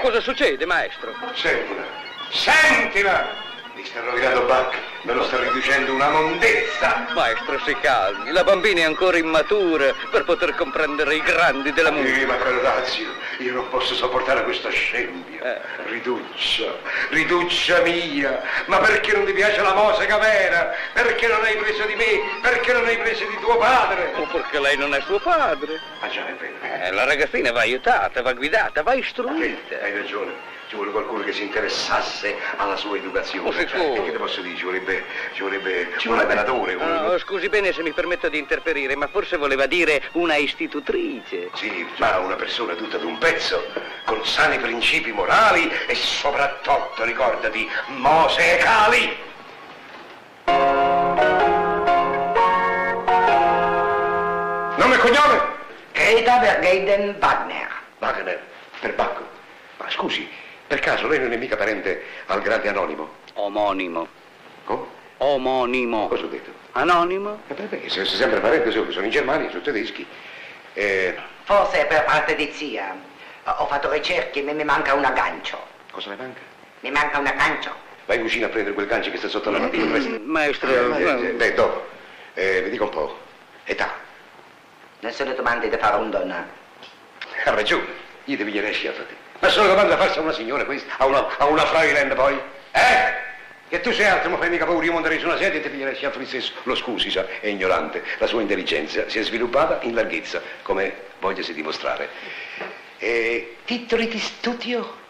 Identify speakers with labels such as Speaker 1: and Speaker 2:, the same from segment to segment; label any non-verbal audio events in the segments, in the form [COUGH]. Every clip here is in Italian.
Speaker 1: cosa succede, maestro?
Speaker 2: Sentila, sentila! Mi sta rovinando Buck, me lo sta riducendo una mondezza!
Speaker 1: Maestro, si calmi, la bambina è ancora immatura per poter comprendere i grandi della musica.
Speaker 2: Sì, ma Carrazio, io non posso sopportare questo scempio.
Speaker 1: Eh.
Speaker 2: Riduccia, riduccia mia, ma perché non ti piace la musica vera? Perché non hai preso di me? Perché non hai preso di tuo padre?
Speaker 1: O perché lei non è suo padre?
Speaker 2: Ah già, è vero.
Speaker 1: Eh, la ragazzina va aiutata, va guidata, va
Speaker 2: Vedi,
Speaker 1: istruita.
Speaker 2: Hai ragione, ci vuole qualcuno che si interessasse alla sua educazione.
Speaker 1: Oh, sicuro.
Speaker 2: E che ti posso dire? Ci vorrebbe, ci vorrebbe oh. un allenatore, un-
Speaker 1: Ah, scusi bene se mi permetto di interferire, ma forse voleva dire una istitutrice.
Speaker 2: Sì, ma una persona tutta d'un pezzo, con sani principi morali e soprattutto, ricordati, moseecali. Nome e cognome?
Speaker 3: Greta Vergeiden Wagner.
Speaker 2: Wagner, per Bacco. Ma scusi, per caso lei non è mica parente al grande anonimo?
Speaker 1: Omonimo.
Speaker 2: Come?
Speaker 1: Omonimo.
Speaker 2: Cosa ho detto?
Speaker 1: Anonimo?
Speaker 2: Eh beh, perché se se sempre parente solo che sono in Germania, sono tedeschi. Eh,
Speaker 3: Forse per parte di zia. Ho fatto ricerche, ma mi manca un aggancio.
Speaker 2: cosa le manca?
Speaker 3: Mi manca un aggancio.
Speaker 2: Vai in cucina a prendere quel gancio che sta sotto la mattina. presto.
Speaker 1: Maestro,
Speaker 2: Eh, eh, beh, dopo. Eh, vi dico un po'. Età.
Speaker 3: Nessuna domanda da fare a un donna.
Speaker 2: Ha ragione. Io devi gliene sciatati. Ma sono domande da farsi a una signora questa, a una, a una Freiland poi. Eh? Che tu sei altro, ma fai mica paura, io monterei su una sedia e ti piglierei sciatto lo stesso. Lo scusi, sa, è ignorante. La sua intelligenza si è sviluppata in larghezza, come vogliasi dimostrare. E titoli di studio?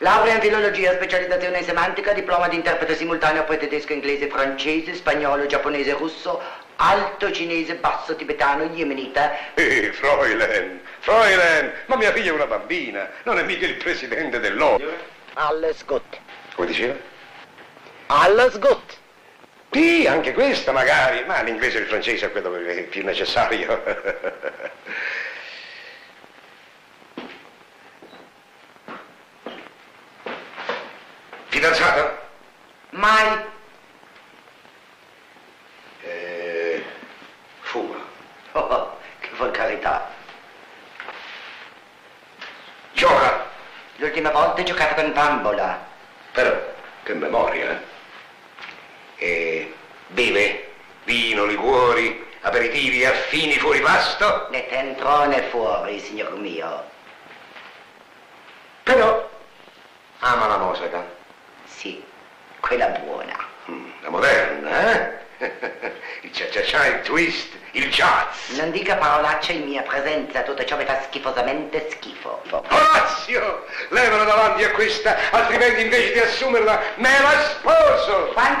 Speaker 3: Laurea in filologia, specializzazione in semantica, diploma di interprete simultaneo per tedesco, inglese, francese, spagnolo, giapponese, russo, alto cinese, basso tibetano, yemenita.
Speaker 2: Eh, Fräulein, Fräulein, ma mia figlia è una bambina, non è mica il presidente dell'opera.
Speaker 3: Alles gut.
Speaker 2: Come diceva?
Speaker 3: Alles gut.
Speaker 2: Sì, anche questa magari, ma l'inglese e il francese è quello che è più necessario. [LAUGHS] Fidanzata?
Speaker 3: Mai.
Speaker 2: Eh, fuma.
Speaker 3: Oh, oh, che volgarità.
Speaker 2: Gioca?
Speaker 3: L'ultima volta ho giocato con bambola.
Speaker 2: Però, che memoria, eh? E beve vino, liquori, aperitivi, affini fuori pasto?
Speaker 3: Né dentro né fuori, signor mio.
Speaker 2: Però, ama la musica,
Speaker 3: Sì, quella buona.
Speaker 2: Mm, la moderna, eh? [LAUGHS] Il cia-cia-cia, il twist, il jazz.
Speaker 3: Non dica parolacce in mia presenza, tutto ciò mi fa schifosamente schifo.
Speaker 2: Orazio, levalo davanti a questa, altrimenti invece di assumerla me la sposo!
Speaker 3: Quante